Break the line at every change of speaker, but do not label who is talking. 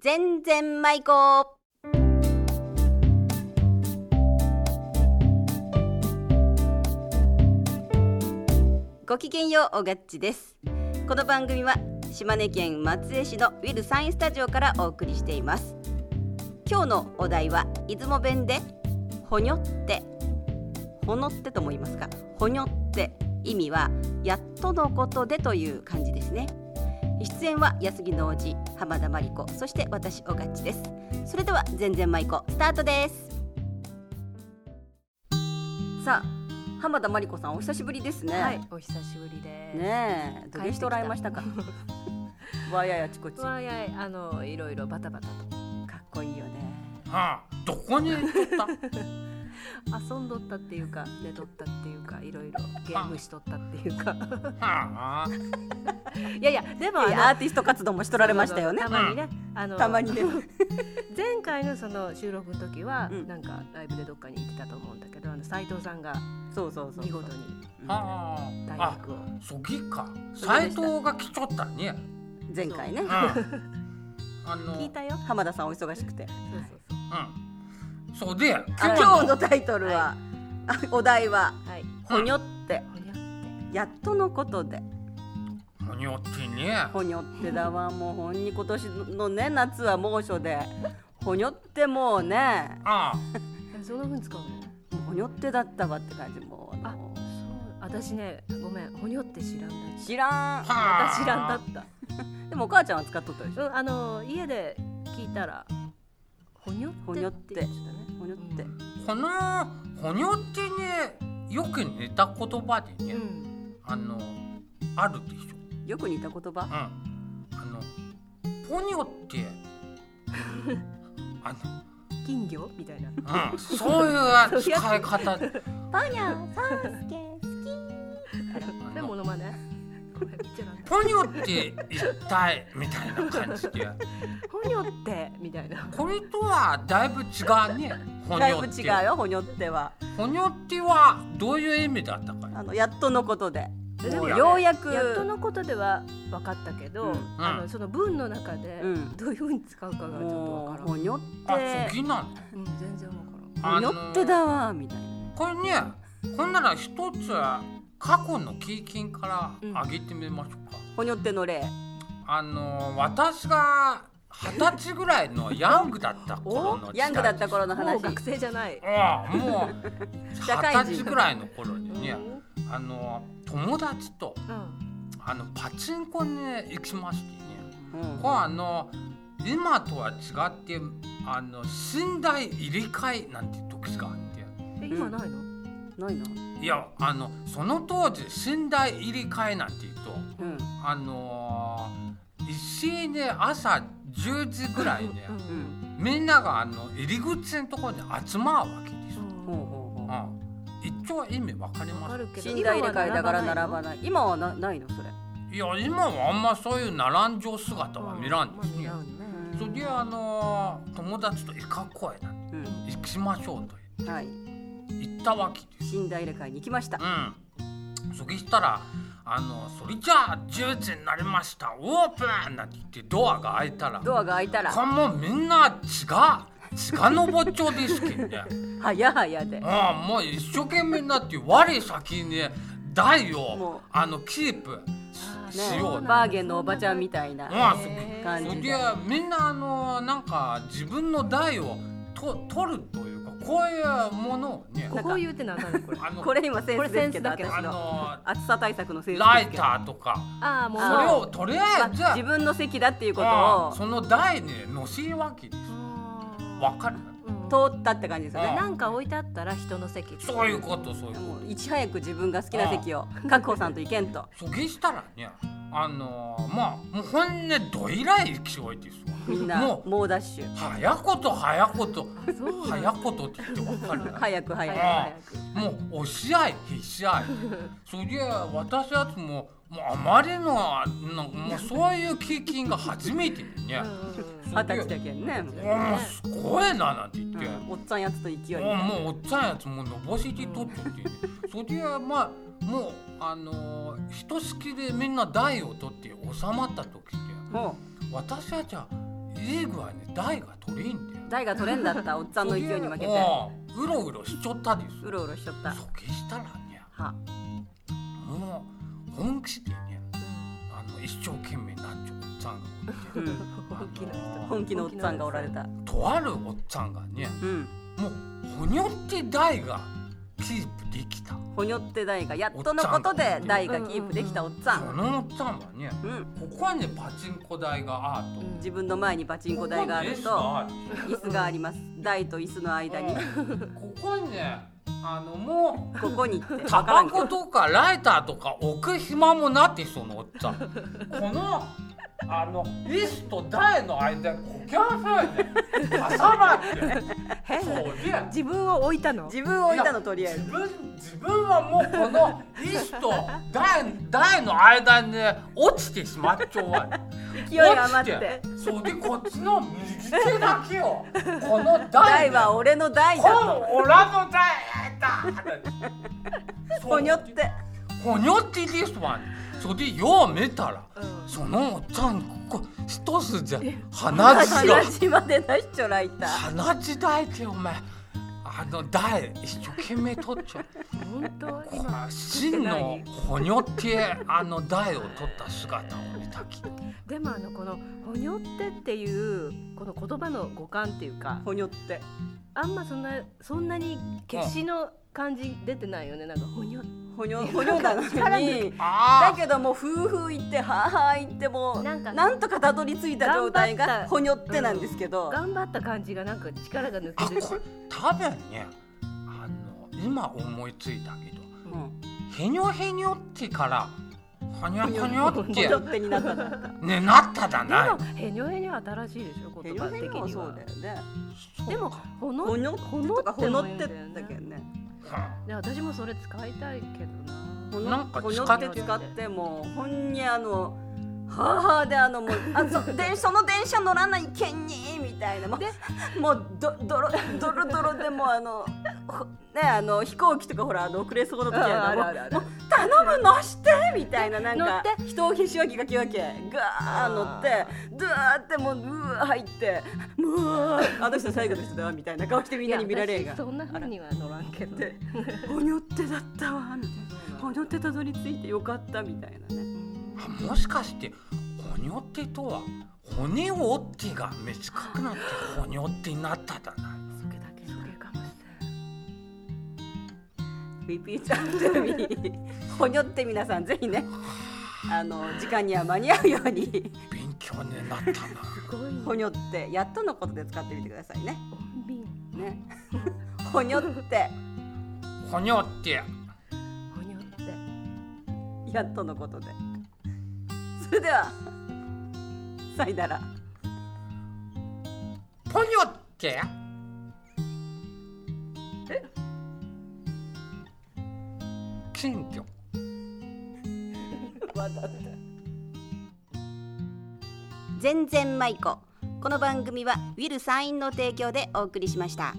全然舞子ごきげんようおがっちですこの番組は島根県松江市のウィルサインスタジオからお送りしています今日のお題は出雲弁でほにょってほのってとも言いますかほにょって意味はやっとのことでという感じですね出演は安木のおじ浜田真理子そして私おがっちですそれでは全然まいこスタートですさあ浜田真理子さんお久しぶりですね、
はい、お久しぶりです。
ねえ、どげしておられましたか。わややちこち。 か
わいやい、あの、いろいろバタバタと
っこいいよね。
ああどこに行った
遊んどったっていうか、寝とったっていうか、いろいろゲームしとったっていうか。
はあ
いやいや、でも、
いや
あ
アー
の
ティスト活動もしとられましたよね
た。まにね、あの、
たまにね。
前回のその収録の時は、
うん
なんかライブでどっかに行ってたと思うんだけど、あの斎藤さんが
そうそうそう。
見事に
うん
は
大
あ
学を。
あそぎか
そうで
斎
した
藤が来ちょったね
前回ね
うん。あの
聞いたよ。
浜田さんお忙しくて。
そうそうそ
うんそうで
あ
今
今
日
日のタイトルは、あお題は
う。はい。
ほにょって
ほにゃって。
やっとのことで。
のによってね
ほにょってだわもうほんに今年のね夏は猛暑で。ほにょってもうね、
ああ
えそんな風に使うの。
もうほにょってだったわって感じもうあの
そう。私ね、ごめん、ほにょって知らんだ。
知らん。
はあ
私知らんだった。
でもお母ちゃんは使っとったでし
う
ょ。
ん、あの家で聞いたらほにょって
ほにょって
言ってたね
ほにょって。
このほにょってねよく似た言葉でね、
うん
あのあるでしょ
よく似た言葉
うん。あのポニョってあの
金魚みた いな
うんそういう使い方で
ポニョ、サンスケ、好
でモノマネこれ見ちゃなんだ
ポニョって一体みたいな感じで
ほにょってみたいな
これとはだいぶ違うね
き。
ほ
だ
に
い
ょ
ぶ
って
違うよ、ほにょっては。
ほにょってはどういう意味だったか
あのやっとのことで。
え
でも
ようやく。
やっとのことでは分かったけ
う
ど、
ん
あのその文の中で
うん
どういうふうに使うかがちょっと分
も
か
う
らん、
ほにょっ
あ
て。
次なの
うん、全然分か
あ
ほに
の
ょってだわみたいな。
これねほんなら一つ過去の経験から挙げてみましょうか、
ほにょっての例。
あの私が二十歳ぐらいのヤングだった頃の時代
ヤングだった頃の
らんも
話
う。学生じゃない、
ああもう
社会人
二十歳ぐらいの頃
う
に
ん
ねあの友達と
うん
あのパチンコに行きましてね
うん
これあの今とは違ってあの寝台入れ替えなんて時があっ
え今ないの、
ないの。
ていやあのその当時寝台入れ替えなんて言うと
うん。
あのー一斉に朝10時ぐらいね
うん
うん。
みんながあの入り口のところに集まるわけですよ。
ほう
うん
ほう
う
ほう。
ん一応意味わかり
わ
ま
か
す
るけど
寝台入れ替えだから並
ない
ばない。今はなないのそれ。
いや今はあんまそういう並んじょう姿は見らんですね
まあ。見らんね
うん
それであのー友達とイカ声なんて
う
行きましょうと
ん。はい。
言ったわけです。
寝台入れ替えに行きました。
うん。そぎしたらあのそれじゃあ10時になりましたオープンなんて言ってドアが開いたら、
ドアが開いたら。
これもうみんな血が血が上っちょですけんね。
はやはやで。
ああもう一生懸命になって我先に台
もう
をあのキープし
ね
しようと。
バーゲンのおばちゃんみたいな。
うんそ
感じ
そ
で
れでみんなあのなんか自分の代をと取るというかこういうものをね
なんか
こういうってなんだろうこれ。
あの
これ今センスですけど
これセンスだけど
私
あ
の
の
暑さ対策のセンス
ラ
で
イ
すけど
ターとか
ああもう
それをとりあえず
まあ自分の席だっていうこ
ああ
と
その台にのしわけですわかる
と
を通ったって感じですよね
あ
なんか置いてあったら人の席。
そういうことそういうこと。
もういち早く自分が好きな席 を確保さんと行けんと
そげしたらねあのー、まあもうほんねどいらい勢いですわ
みんな
もう
猛ダッシュ
早こと早こと
あそうなんだ
早ことって言ってわかる
早く早く
あ
早く
もう押し合い必死合いそりゃ私たちももうあまりのなんかもうそういう経験が初めてでね
早く。うんうん
二十歳だけんね、
おもうすごいななんて言っ
う
て、
ん、おっちゃんやつと勢いで
もうもうおっちゃんやつもうのぼせてとっちゃって、ね、そりゃまあもうあのー、ひとしきりみんな台を取って収まった時って
も
私たちはリーグはね台が取れんだよ
台が取れんだったおっさんの勢いに負けて
うんうろうろしちょったです
うろうろしちゃった
そけしたらね
は
もう本気でねあの一生懸命なんちょおっさんがおって
うん
本気の人
本気のおっさんがおられた
とあるおっさんがね
うん
もうほにょって台がキープできた
ほにょって台がやっとのことで台がキープできたおっさ
そ
ん
のおっさんはね
うん
ここはねパチンコ台がアート
うん
自分の前にパチンコ台があると
こ
椅子があります台と椅子の間に
こにねあのもう
ここにって 分
タ
から
バ
んけど
コとかライターとか置く暇もなってそのおっさんこのあの椅子と台の間にこきゃせんね挟まって
え
そうで
自分を置いたの
自分を置いたのとりあえず
自分自分はもうこの椅子と 台台の間にね落ちてしまっちゃうわ
勢い余って
落ちそうでこっちの右手だけを この台
台
に
は俺の台だ
本
と
オラの台だ
ほにょって
ほにょってですわそれでよう見たら
うん
そのおっちゃんここ一筋鼻血が
話しまで出しちょらいた
鼻血だいてお前あの台一生懸命取っちゃう
本当
こ
今
の真のほにょってあの台を取った姿を見たき
でもあのこの「ほにょって」っていうこの言葉の語感っていうか
ほにょって
あんまそんなそんなに決死の感じ出てないよねなんか「ほにょって
ほにょほにょなのにだ
あ
けどもう夫婦言ってはーはー言っても
なんか
なんとかたどり着いた状態
頑張っ
が
た
ほにょってなんですけ」ど、
頑張った感じがなんか力が抜
あ
ける
これ多分ねあの今思いついたけど
うん、
へにょへにょってからほにょほにょっ
ほに
て
ょってになったんだ
ねなっただ
で
な
も「へにょへにょ」新しいでしょ
へ
言
に
葉
ょ
的
へ
に
にょはそう
は
だ。よね
でも「ほの
ほ
ほ
に
の
ょ
っ
っててとかほのっ
も言うん
て
だ
っ
よね
だけどね
ね私もそれ使いたいけど
ほ
な
な
の
んか
ほにょ
使
っ
って
て使ってもうほんにあのはーはーであの もうあそでその電車乗らないけんにみたいなも
で
う もうどどろどろどろでもうあのほねあの飛行機とかほらあの遅れそうな時
あ
あ
あ
る
る
も
あ
う
るある
もう頼むのしてみたいななんか
乗
人をひしわきがきわけガー乗ってドゥーってもううー入ってもうあの人最後の人だわみたいな顔してみんなに見られ
い
る
や
が
私そんな風には乗らんけど
でほにょってだったわみたいなほにょってたどり着いてよかったみたいなね
あもしかしてほにょってとはほにょってが短くなってほにょってになっただな
それだけそれかもしれん
リピートアンドゥミーほにょって皆さんぜひねあの時間には間に合うように
勉強になったな
すごい
ほ
ね
にょってやっとのことで使ってみてくださいね
穏便
ねほにょって
ほにょって
ほにょって
やっとのことでそれではさいなら
ぽにょって
え
金魚
全然舞子この番組はウィル・サインの提供でお送りしました。